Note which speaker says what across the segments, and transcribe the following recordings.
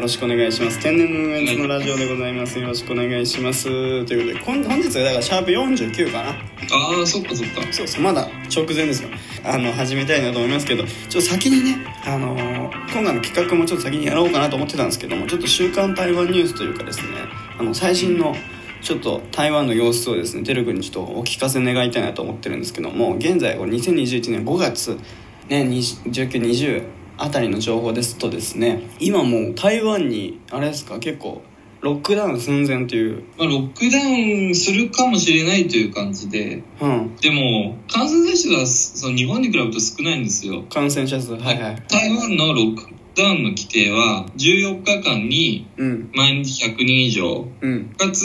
Speaker 1: ろしくお願いします天然ムーブメントのラジオでございますよろしくお願いしますということでこん本日はだからシャープ49かな
Speaker 2: ああそっかそっか
Speaker 1: そうそうまだ直前ですよあの始めたいなと思いますけどちょっと先にね、あのー今回の企画もちょっと先にやろうかなと思ってたんですけどもちょっと「週刊台湾ニュース」というかですねあの最新のちょっと台湾の様子をですねてるくんにちょっとお聞かせ願いたいなと思ってるんですけども現在これ2021年5月ね1920あたりの情報ですとですね今もう台湾にあれですか結構ロックダウン寸前という
Speaker 2: まあ、ロックダウンするかもしれないという感じで
Speaker 1: うん
Speaker 2: でも感染者数がその日本に比べると少ないんですよ
Speaker 1: 感染者数はいはい
Speaker 2: 台湾のロックダウンの規定は14日間に
Speaker 1: うん
Speaker 2: 毎日100人以上
Speaker 1: うん
Speaker 2: かつ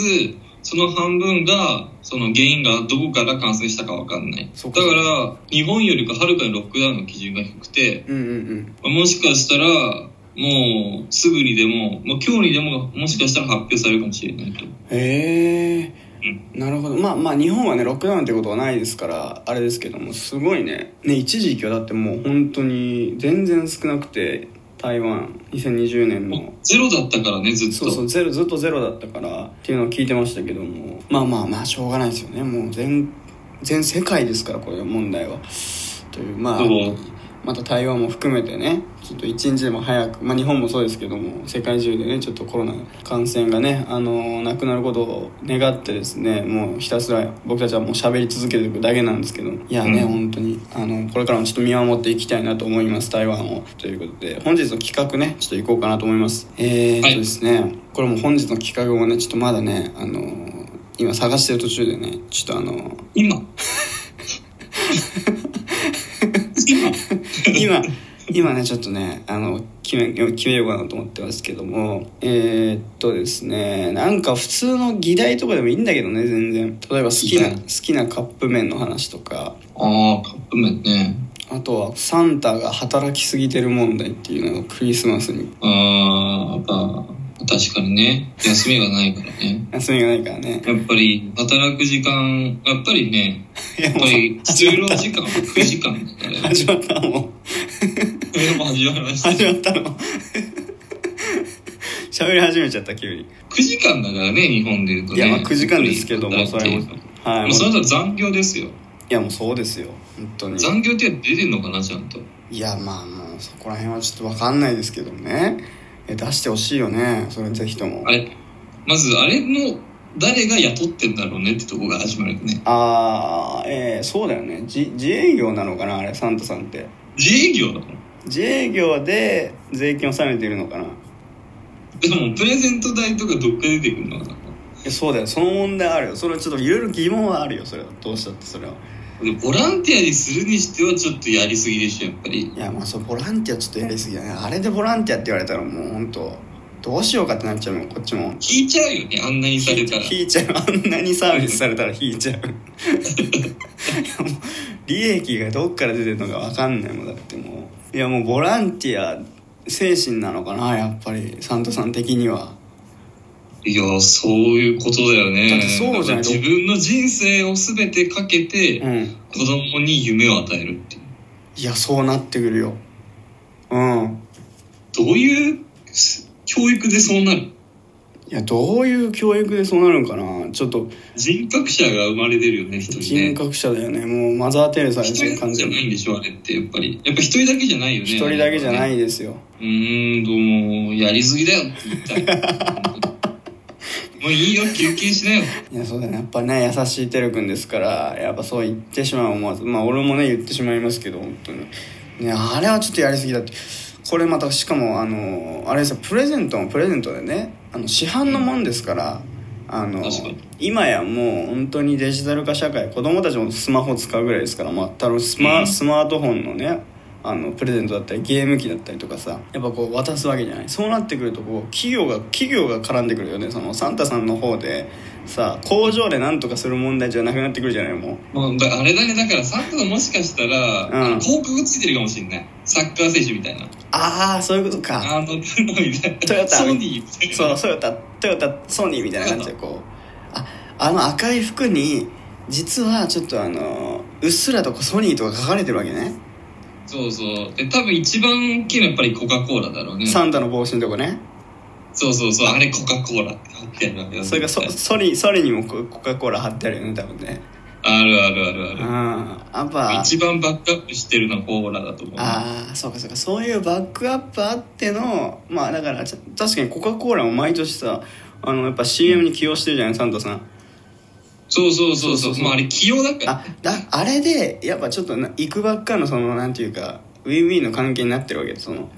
Speaker 2: その半分がその原因がどこから感染したかわかんない
Speaker 1: そ
Speaker 2: だ
Speaker 1: っ
Speaker 2: か
Speaker 1: から
Speaker 2: 日本よりかはるかにロックダウンの基準が低くて
Speaker 1: うんうんうん
Speaker 2: まあもしかしたらもうすぐにでももう今日にでももしかしたら発表されるかもしれないと
Speaker 1: へえなるほどまあまあ日本はねロックダウンってことはないですからあれですけどもすごいねね一時期はだってもう本当に全然少なくて台湾2020年の
Speaker 2: ゼロだったからねずっと
Speaker 1: そうそうゼロずっとゼロだったからっていうのを聞いてましたけどもまあまあまあしょうがないですよねもう全全世界ですからこれ問題はというまあ
Speaker 2: そう
Speaker 1: また台湾も含めてねちょっと一日でも早く、まあ、日本もそうですけども世界中でねちょっとコロナ感染がね、あのなくなることを願ってですねもうひたすら僕たちはもう喋り続けていくだけなんですけどいやね、
Speaker 2: うん
Speaker 1: 本当にあのこれからもちょっと見守っていきたいなと思います台湾をということで本日の企画ねちょっと行こうかなと思いますえー、っ
Speaker 2: はい
Speaker 1: とですね、これも本日の企画をねちょっとまだね、あの今探してる途中でねちょっとあの
Speaker 2: 今今
Speaker 1: 今今ねちょっとねあの決め決めようかなと思ってますけどもえー、っとですねなんか普通の議題とかでもいいんだけどね全然例えば好きな
Speaker 2: 議題
Speaker 1: 好きなカップ麺の話とか
Speaker 2: ああカップ麺ね
Speaker 1: あとはサンタが働きすぎてる問題っていうのがクリスマスに
Speaker 2: ああやっぱ確かにね休みがないからね
Speaker 1: 休みがないからね
Speaker 2: やっぱり働く時間やっぱりね
Speaker 1: いや
Speaker 2: やっ
Speaker 1: も
Speaker 2: ぱ
Speaker 1: う
Speaker 2: り就労時間は9時間だから
Speaker 1: 始まったもう
Speaker 2: もう始まりました
Speaker 1: 始まった の喋り始めちゃった急に
Speaker 2: 9時間だからね日本で言うと
Speaker 1: い
Speaker 2: ね
Speaker 1: やまあ9時間ですけどもそれも
Speaker 2: も
Speaker 1: はいう
Speaker 2: そ
Speaker 1: もう
Speaker 2: れだと残業ですよ
Speaker 1: いやもうそうですよ本当に
Speaker 2: 残業って出てんのかなちゃんと
Speaker 1: いやまあもうそこら辺はちょっとわかんないですけどねえ出してほしいよねそれぜひとも
Speaker 2: あれまずあれの誰が雇ってんだろうねってとこが始まるよね
Speaker 1: あーえーそうだよねじ自営業なのかなあれサンタさんって
Speaker 2: 自営業なの
Speaker 1: 自営業で税金を納めているのかない
Speaker 2: でもプレゼント代とかどっか出てくるのかな
Speaker 1: やそうだよその問題あるよそれはちょっといろいろ疑問はあるよそれはどうしたってそれは
Speaker 2: でもボランティアにするにしてはちょっとやりすぎでしょやっぱり
Speaker 1: いやまあそうボランティアちょっとやりすぎだねあれでボランティアって言われたらもう本当どうしようかってなっちゃうもんこっちも
Speaker 2: 引いちゃうよねあんなにされたら
Speaker 1: 引いちゃうあんなにサービスされたら引いち ゃういやもう利益がどっから出てるのか分かんないもんだってもういやもうボランティア精神なのかなやっぱりサンタさん的にはい
Speaker 2: やそういうことだよね
Speaker 1: だってそうじゃない
Speaker 2: 自分の人生を全てかけて
Speaker 1: うん
Speaker 2: 子供に夢を与えるっていう
Speaker 1: いやそうなってくるようん
Speaker 2: どういう教育でそうなる
Speaker 1: いやどういう教育でそうなるんかなちょっと
Speaker 2: 人格者が生まれてるよね人に
Speaker 1: 人
Speaker 2: ね
Speaker 1: 格者だよねもうマザー・テレサ
Speaker 2: 一
Speaker 1: ですよ
Speaker 2: 人
Speaker 1: 完
Speaker 2: じゃ
Speaker 1: 全
Speaker 2: な
Speaker 1: に
Speaker 2: いんでしょあれってやっぱりやっぱ一人だけじゃないよね
Speaker 1: 一人だけじゃな
Speaker 2: う
Speaker 1: いですよ
Speaker 2: ーんどうもやりすぎだよって言ったらもういいよ休憩しなよ
Speaker 1: いやそうだねやっぱね優しいてるくんですからやっぱそう言ってしまう思わずまあ俺もね言ってしまいますけど本当にねあれはちょっとやりすぎだってこれまたしかもあのあれさプレゼントもプレゼントでねあの市販のもんですから、あの
Speaker 2: 確かに
Speaker 1: 今やもう本当にデジタル化社会子供たちもスマホ使うぐらいですから、まあ、たぶスマ
Speaker 2: うん
Speaker 1: スマートフォンのねあのプレゼントだったりゲーム機だったりとかさやっぱこう渡すわけじゃないそうなってくるとこう企業が企業が絡んでくるよねそのサンタさんの方でさ工場で何とかする問題じゃなくなってくるじゃないもう
Speaker 2: まあ、だあれだねだからサンタさんもしかしたら、
Speaker 1: うん
Speaker 2: あの広告ついてるかもしれないサッカー選手みたいな
Speaker 1: ああそういうことか
Speaker 2: あのプロみたいな
Speaker 1: トヨタ
Speaker 2: ソニーみたいな
Speaker 1: そうトヨタトヨタソニーみたいな感じでこうああの赤い服に実はちょっとあのうっすらとこうソニーとか書かれてるわけね、
Speaker 2: そうそうで多分一番大きいのはやっぱりコカ・コーラだろうね
Speaker 1: サンタの帽子のとこね
Speaker 2: そうそうそう、あれコカ・コーラって貼ってあるわけだ
Speaker 1: それがそソリソリにもココカ・コーラ貼ってあるよね多分ね
Speaker 2: あるあるあるあ
Speaker 1: うん
Speaker 2: る。
Speaker 1: やっぱ
Speaker 2: 一番バックアップしてるのはコーラだと思う。
Speaker 1: ああそうかそうかそういうバックアップあってのまあだからちゃ確かにコカ・コーラも毎年さあのやっぱ CM に起用してるじゃないサンタさん
Speaker 2: そうそうそ
Speaker 1: そ
Speaker 2: うそう
Speaker 1: そう
Speaker 2: う。
Speaker 1: そう
Speaker 2: まああれ器用だから。
Speaker 1: あだあれでやっぱちょっとな行くばっかのそのなんていうかウィンウィンの関係になってるわけでその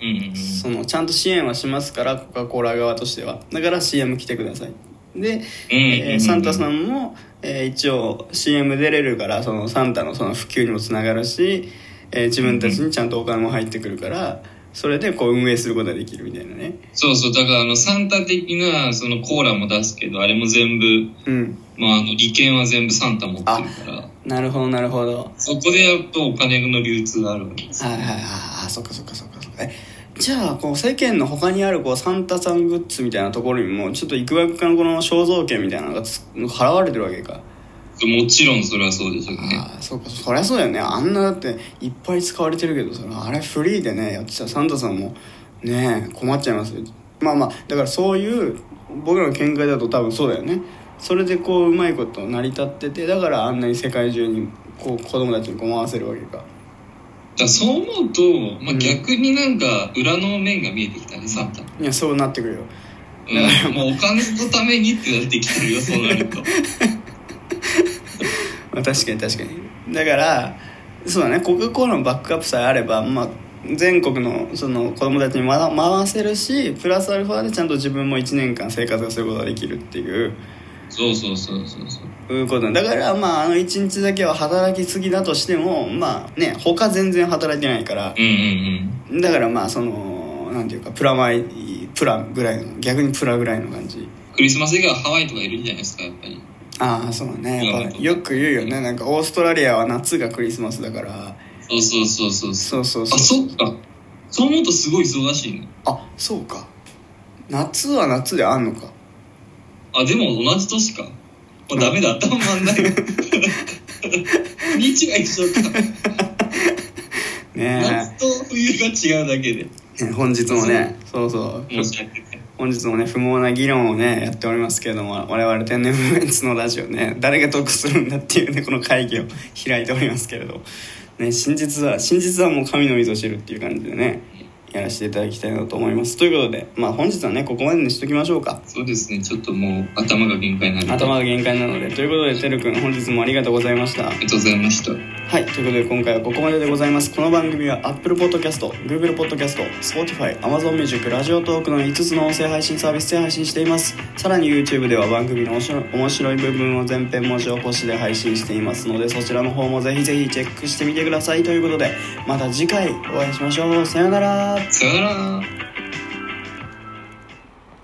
Speaker 2: うんうんうん。
Speaker 1: そのちゃんと支援はしますからコカ・コーラ側としてはだから CM 来てくださいで、
Speaker 2: うんうんうん
Speaker 1: えーサンタさんも、えー一応 CM 出れるからそのサンタのその普及にもつながるし、えー自分たちにちゃんとお金も入ってくるからそれでこう運営することができるみたいなね
Speaker 2: そうそう。だからあの、サンタ的なそのコーラも出すけど、あれも全部、
Speaker 1: うん
Speaker 2: まああの、利権は全部サンタ持ってるから。
Speaker 1: なるほどなるほど
Speaker 2: そこでやっぱお金の流通があるわけです。
Speaker 1: はいはいはいはいそっかそっかそっかそっかえじゃあこう世間の他にあるこうサンタさんグッズみたいなところにもちょっといくばくかのこの肖像権みたいなのがつ払われてるわけか
Speaker 2: もちろんそれはそうでしょうね。
Speaker 1: ああそうかそりゃそうだよねあんなだっていっぱい使われてるけどそれあれフリーでねやってたらサンタさんもねえ困っちゃいますよまあまあだからそういう僕らの見解だと多分そうだよねそれでこううまいこと成り立っててだからあんなに世界中にこう子供たちにこう回せるわけか
Speaker 2: だからそう思うと、ま
Speaker 1: う
Speaker 2: あ
Speaker 1: ん
Speaker 2: 逆になんか裏の面が見えてきたね、サンタ。
Speaker 1: いやそうなってくるよ
Speaker 2: うん、もうお金のためにってなってきてるよ、そうな ると。
Speaker 1: まあ確かに確かにだからそうだねコカ・コーラのバックアップさえあれば、まあ、全国のその子供たちにま回せるしプラスアルファでちゃんと自分も1年間生活をすることができるっていう
Speaker 2: そうそうそうそうそう。
Speaker 1: いうことだからまああの1日だけは働きすぎだとしてもまあね他全然働いてないから
Speaker 2: うんうん
Speaker 1: だからまあそのなんていうかプラマイプラぐらいの逆にプラぐらいの感じ
Speaker 2: うん。クリスマス以外はハワイとかいるんじゃないですか、やっぱり。
Speaker 1: ああそうだねやっぱよく言うよねなんかオーストラリアは夏がクリスマスだから
Speaker 2: そうそうそうそう。
Speaker 1: そうそうそう
Speaker 2: あ、そっか。そう思うとすごい忙しいね。
Speaker 1: あそうか夏は夏であんのか
Speaker 2: あ、でも同じ年か。もうダメだ、頭回んない。日が一緒か。
Speaker 1: ね
Speaker 2: 夏と冬が違うだけで。
Speaker 1: えね本日もねそうそう
Speaker 2: 申し訳ない。
Speaker 1: 本日もね不毛な議論をねやっておりますけれども我々天然無別のラジオね誰が得するんだっていうねこの会議を開いておりますけれどね真実は真実はもう神のみぞ知るっていう感じでねやらせていただきたいなと思いますということでまあ本日はねここまでにしときましょうか
Speaker 2: そうですね、ちょっともう頭が限界なんで。
Speaker 1: 頭
Speaker 2: あ
Speaker 1: が限界なのでということでてるくん本日もありがとうございました
Speaker 2: りがとうございました。
Speaker 1: はい、ということで今回はここまででございます。この番組は Apple Podcast、Google Podcast、Spotify、Amazon Music、ラジオトークの5つの音声配信サービスで配信しています。さらに YouTube では番組の面白い面白い部分を全編文字起こしで配信していますので、そちらの方もぜひぜひチェックしてみてください。ということで、また次回お会いしましょう。さようなら。
Speaker 2: さよなら。